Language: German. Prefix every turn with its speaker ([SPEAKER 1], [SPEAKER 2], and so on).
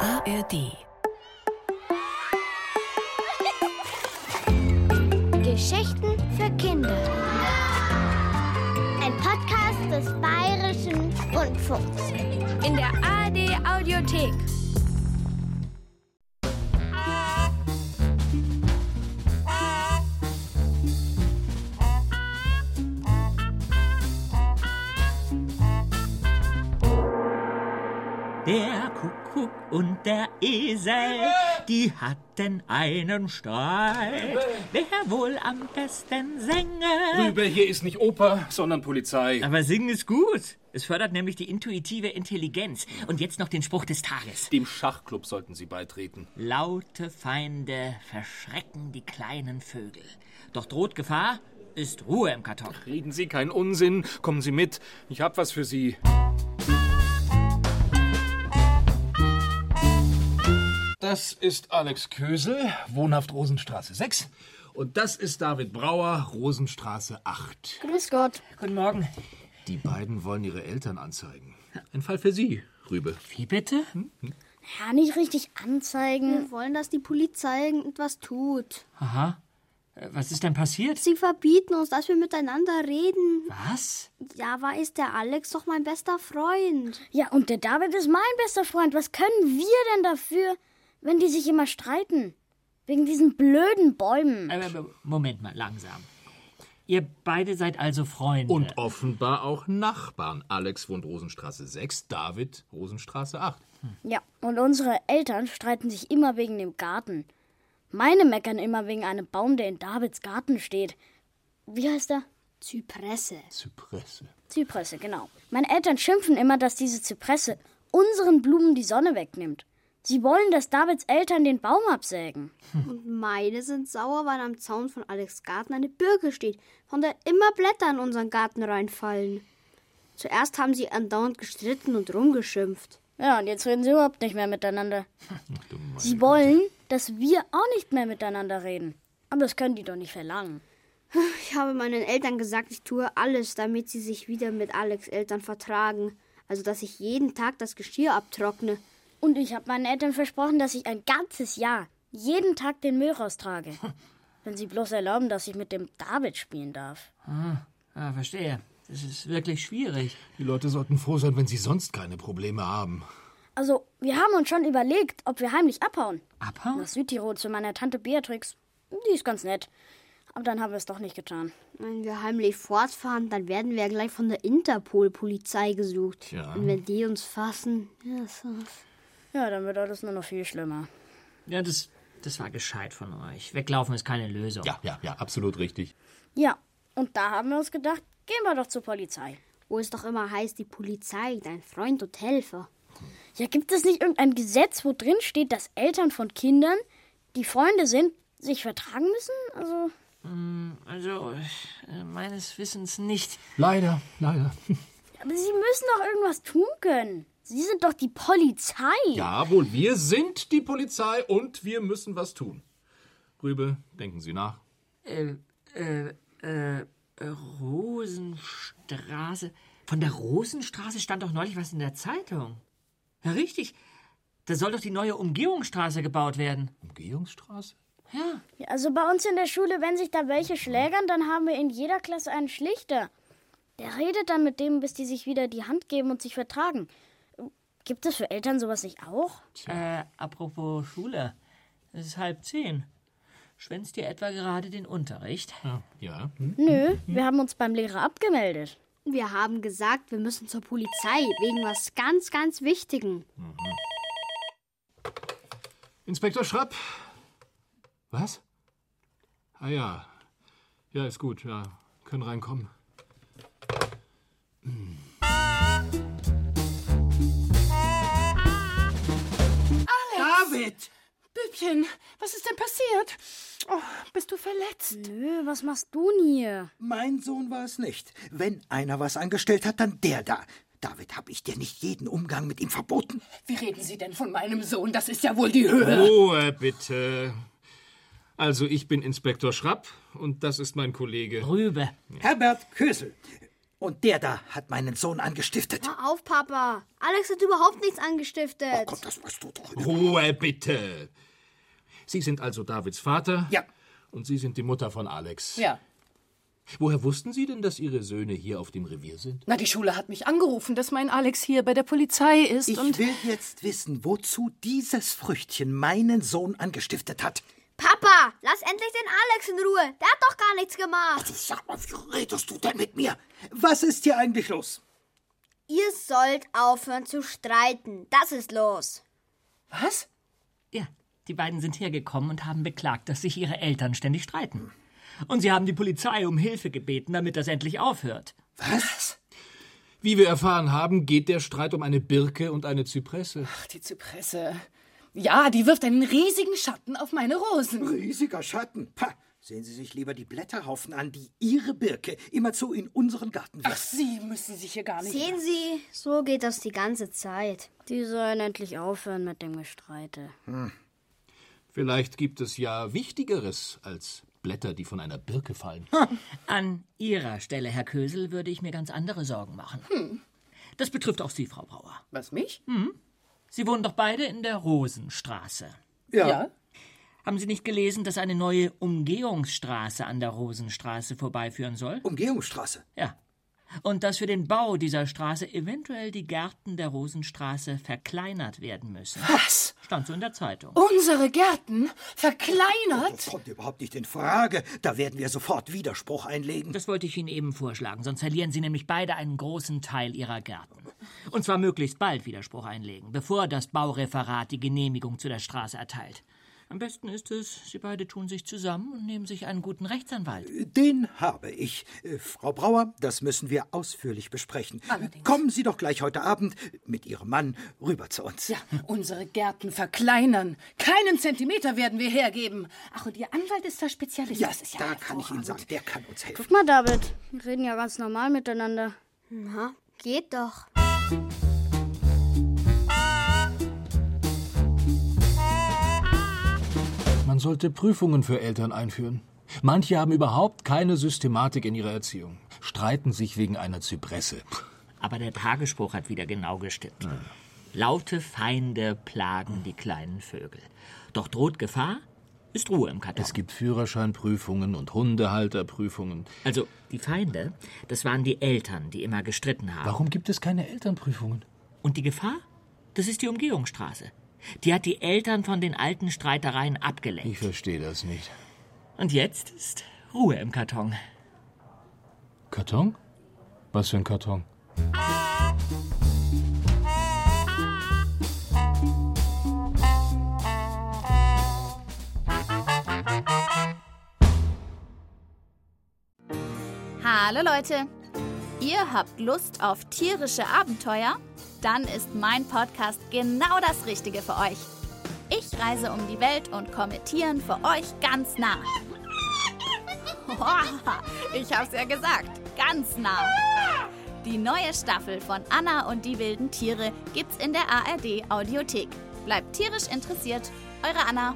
[SPEAKER 1] ARD.
[SPEAKER 2] Geschichten für Kinder. Ein Podcast des Bayerischen Rundfunks.
[SPEAKER 3] In der ARD Audiothek.
[SPEAKER 4] Der Kuckuck und der Esel, die hatten einen Stall. Wer wohl am besten sänge?
[SPEAKER 5] Rübe, hier ist nicht Oper, sondern Polizei.
[SPEAKER 4] Aber singen ist gut. Es fördert nämlich die intuitive Intelligenz. Und jetzt noch den Spruch des Tages.
[SPEAKER 5] Dem Schachclub sollten Sie beitreten.
[SPEAKER 4] Laute Feinde verschrecken die kleinen Vögel. Doch droht Gefahr, ist Ruhe im Karton.
[SPEAKER 5] Reden Sie keinen Unsinn. Kommen Sie mit. Ich hab was für Sie. Das ist Alex Kösel, wohnhaft Rosenstraße 6. Und das ist David Brauer, Rosenstraße 8.
[SPEAKER 2] Grüß Gott.
[SPEAKER 4] Guten Morgen.
[SPEAKER 5] Die beiden wollen ihre Eltern anzeigen. Ein Fall für Sie, Rübe.
[SPEAKER 4] Wie bitte?
[SPEAKER 2] Ja, nicht richtig anzeigen. Wir wollen, dass die Polizei irgendwas tut.
[SPEAKER 4] Aha. Äh, Was ist denn passiert?
[SPEAKER 2] Sie verbieten uns, dass wir miteinander reden.
[SPEAKER 4] Was?
[SPEAKER 2] Ja, war ist der Alex doch mein bester Freund.
[SPEAKER 6] Ja, und der David ist mein bester Freund. Was können wir denn dafür, wenn die sich immer streiten? Wegen diesen blöden Bäumen.
[SPEAKER 4] Aber, aber, Äh, Moment mal, langsam. Ihr beide seid also Freunde.
[SPEAKER 5] Und offenbar auch Nachbarn. Alex wohnt Rosenstraße 6, David Rosenstraße 8.
[SPEAKER 6] Ja, und unsere Eltern streiten sich immer wegen dem Garten. Meine meckern immer wegen einem Baum, der in Davids Garten steht. Wie heißt er?
[SPEAKER 2] Zypresse.
[SPEAKER 5] Zypresse.
[SPEAKER 6] Zypresse, genau. Meine Eltern schimpfen immer, dass diese Zypresse unseren Blumen die Sonne wegnimmt. Sie wollen, dass Davids Eltern den Baum absägen.
[SPEAKER 2] Und meine sind sauer, weil am Zaun von Alex Garten eine Birke steht, von der immer Blätter in unseren Garten reinfallen. Zuerst haben sie andauernd gestritten und rumgeschimpft.
[SPEAKER 6] Ja, und jetzt reden sie überhaupt nicht mehr miteinander. Sie wollen, dass wir auch nicht mehr miteinander reden. Aber das können die doch nicht verlangen.
[SPEAKER 2] Ich habe meinen Eltern gesagt, ich tue alles, damit sie sich wieder mit Alex Eltern vertragen. Also, dass ich jeden Tag das Geschirr abtrockne.
[SPEAKER 6] Und ich habe meinen Eltern versprochen, dass ich ein ganzes Jahr jeden Tag den Müll raustrage. Wenn sie bloß erlauben, dass ich mit dem David spielen darf.
[SPEAKER 4] Ah, verstehe. Das ist wirklich schwierig.
[SPEAKER 5] Die Leute sollten froh sein, wenn sie sonst keine Probleme haben.
[SPEAKER 6] Also, wir haben uns schon überlegt, ob wir heimlich abhauen.
[SPEAKER 4] Abhauen?
[SPEAKER 6] Nach Südtirol zu meiner Tante Beatrix. Die ist ganz nett. Aber dann haben wir es doch nicht getan.
[SPEAKER 2] Wenn wir heimlich fortfahren, dann werden wir gleich von der Interpol-Polizei gesucht.
[SPEAKER 5] Tja.
[SPEAKER 2] Und wenn die uns fassen, ja, so.
[SPEAKER 6] Ja, dann wird alles nur noch viel schlimmer.
[SPEAKER 4] Ja, das, das war gescheit von euch. Weglaufen ist keine Lösung.
[SPEAKER 5] Ja, ja, ja, absolut richtig.
[SPEAKER 6] Ja, und da haben wir uns gedacht, gehen wir doch zur Polizei.
[SPEAKER 2] wo es doch immer heißt, die Polizei, dein Freund und Helfer.
[SPEAKER 6] Ja, gibt es nicht irgendein Gesetz, wo drin steht, dass Eltern von Kindern, die Freunde sind, sich vertragen müssen? Also,
[SPEAKER 4] Also, äh, meines Wissens nicht.
[SPEAKER 5] Leider, leider.
[SPEAKER 6] aber sie müssen doch irgendwas tun können. Sie sind doch die Polizei.
[SPEAKER 5] Jawohl, wir sind die Polizei und wir müssen was tun. Rübe, denken Sie nach.
[SPEAKER 4] Rosenstraße. Von der Rosenstraße stand doch neulich was in der Zeitung. Ja, richtig. Da soll doch die neue Umgehungsstraße gebaut werden.
[SPEAKER 5] Umgehungsstraße?
[SPEAKER 4] Ja.
[SPEAKER 6] Ja, also bei uns in der Schule, wenn sich da welche schlägern, dann haben wir in jeder Klasse einen Schlichter. Der redet dann mit dem, bis die sich wieder die Hand geben und sich vertragen. Gibt es für Eltern sowas nicht auch?
[SPEAKER 4] Äh, apropos Schule. Es ist halb zehn. Schwänzt ihr etwa gerade den Unterricht?
[SPEAKER 5] Ja.
[SPEAKER 6] Nö, wir haben uns beim Lehrer abgemeldet.
[SPEAKER 2] Wir haben gesagt, wir müssen zur Polizei wegen was ganz, ganz Wichtigen.
[SPEAKER 5] Inspektor Schrapp. Was? Ah ja. Ja, ist gut, ja. Können reinkommen.
[SPEAKER 7] David! Bübchen, was ist denn passiert? Oh, bist du verletzt?
[SPEAKER 6] Nö, was machst du denn hier?
[SPEAKER 8] Mein Sohn war es nicht. Wenn einer was angestellt hat, dann der da. David, hab ich dir nicht jeden Umgang mit ihm verboten?
[SPEAKER 7] Wie reden Sie denn von meinem Sohn? Das ist ja wohl die Höhe.
[SPEAKER 5] Ruhe, bitte. Also, ich bin Inspektor Schrapp und das ist mein Kollege.
[SPEAKER 4] Rübe.
[SPEAKER 8] Herbert Kösel. Und der da hat meinen Sohn angestiftet.
[SPEAKER 2] Hör auf, Papa. Alex hat überhaupt nichts angestiftet.
[SPEAKER 8] Gott, das weißt du doch.
[SPEAKER 5] Ruhe bitte. Sie sind also Davids Vater?
[SPEAKER 8] Ja.
[SPEAKER 5] Und Sie sind die Mutter von Alex.
[SPEAKER 7] Ja.
[SPEAKER 5] Woher wussten Sie denn, dass Ihre Söhne hier auf dem Revier sind?
[SPEAKER 7] Na, die Schule hat mich angerufen, dass mein Alex hier bei der Polizei ist
[SPEAKER 8] Ich
[SPEAKER 7] und.
[SPEAKER 8] will jetzt wissen, wozu dieses Früchtchen meinen Sohn angestiftet hat.
[SPEAKER 2] Papa, lass endlich den Alex in Ruhe. Der hat doch gar nichts gemacht.
[SPEAKER 8] Sag mal, wie redest du denn mit mir? Was ist hier eigentlich los?
[SPEAKER 2] Ihr sollt aufhören zu streiten. Das ist los.
[SPEAKER 7] Was?
[SPEAKER 4] Ja, die beiden sind hergekommen und haben beklagt, dass sich ihre Eltern ständig streiten. Und sie haben die Polizei um Hilfe gebeten, damit das endlich aufhört.
[SPEAKER 8] Was?
[SPEAKER 5] Wie wir erfahren haben, geht der Streit um eine Birke und eine Zypresse.
[SPEAKER 7] Ach, die Zypresse. Ja, die wirft einen riesigen Schatten auf meine Rosen.
[SPEAKER 8] Riesiger Schatten. Pah. Sehen Sie sich lieber die Blätterhaufen an, die Ihre Birke immerzu in unseren Garten
[SPEAKER 7] Ach,
[SPEAKER 8] wirft.
[SPEAKER 7] Sie müssen sich hier gar nicht.
[SPEAKER 2] Sehen Sie, so geht das die ganze Zeit.
[SPEAKER 6] Die sollen endlich aufhören mit dem Gestreite.
[SPEAKER 5] Vielleicht gibt es ja Wichtigeres als Blätter, die von einer Birke fallen.
[SPEAKER 4] An Ihrer Stelle, Herr Kösel, würde ich mir ganz andere Sorgen machen. Das betrifft auch Sie, Frau Brauer.
[SPEAKER 7] Was mich?
[SPEAKER 4] Sie wohnen doch beide in der Rosenstraße.
[SPEAKER 7] Ja.
[SPEAKER 4] Haben Sie nicht gelesen, dass eine neue Umgehungsstraße an der Rosenstraße vorbeiführen soll?
[SPEAKER 8] Umgehungsstraße.
[SPEAKER 4] Ja. Und dass für den Bau dieser Straße eventuell die Gärten der Rosenstraße verkleinert werden müssen.
[SPEAKER 7] Was?
[SPEAKER 4] Stand so in der Zeitung.
[SPEAKER 7] Unsere Gärten verkleinert?
[SPEAKER 8] Das kommt überhaupt nicht in Frage. Da werden wir sofort Widerspruch
[SPEAKER 7] Hm.
[SPEAKER 8] einlegen.
[SPEAKER 4] Das wollte ich Ihnen eben vorschlagen, sonst verlieren Sie nämlich beide einen großen Teil Ihrer Gärten. Und zwar möglichst bald Widerspruch einlegen, bevor das Baureferat die Genehmigung zu der Straße erteilt. Am besten ist es, Sie beide tun sich zusammen und nehmen sich einen guten Rechtsanwalt.
[SPEAKER 8] Den habe ich. Äh, Frau Brauer, das müssen wir ausführlich besprechen. Kommen Sie doch gleich heute Abend mit Ihrem Mann rüber zu uns.
[SPEAKER 7] Ja, unsere Gärten verkleinern. Keinen Zentimeter werden wir hergeben. Ach, und Ihr Anwalt ist da Spezialist.
[SPEAKER 8] Ja,
[SPEAKER 7] das ist ja
[SPEAKER 8] da kann ich Ihnen
[SPEAKER 7] hervorragend.
[SPEAKER 8] sagen, der kann uns helfen.
[SPEAKER 6] Guck mal, David. Wir reden ja ganz normal miteinander.
[SPEAKER 2] Na, geht doch.
[SPEAKER 5] Man sollte Prüfungen für Eltern einführen. Manche haben überhaupt keine Systematik in ihrer Erziehung, streiten sich wegen einer Zypresse.
[SPEAKER 4] Aber der Tagesspruch hat wieder genau gestimmt. Laute Feinde plagen die kleinen Vögel. Doch droht Gefahr, ist Ruhe im Karton.
[SPEAKER 5] Es gibt Führerscheinprüfungen und Hundehalterprüfungen.
[SPEAKER 4] Also die Feinde, das waren die Eltern, die immer gestritten haben.
[SPEAKER 5] Warum gibt es keine Elternprüfungen?
[SPEAKER 4] Und die Gefahr? Das ist die Umgehungsstraße. Die hat die Eltern von den alten Streitereien
[SPEAKER 5] Ich
[SPEAKER 4] abgelenkt.
[SPEAKER 5] verstehe das nicht.
[SPEAKER 4] Und jetzt ist Ruhe im Karton.
[SPEAKER 5] Karton? Was für ein Karton?
[SPEAKER 1] Hallo Leute! Ihr habt Lust auf tierische Abenteuer? Dann ist mein Podcast genau das Richtige für euch. Ich reise um die Welt und komme Tieren für euch ganz nah. Hoha, Ich hab's ja gesagt, ganz nah. Die neue Staffel von Anna und die wilden Tiere gibt's in der ARD Audiothek. Bleibt tierisch interessiert, eure Anna.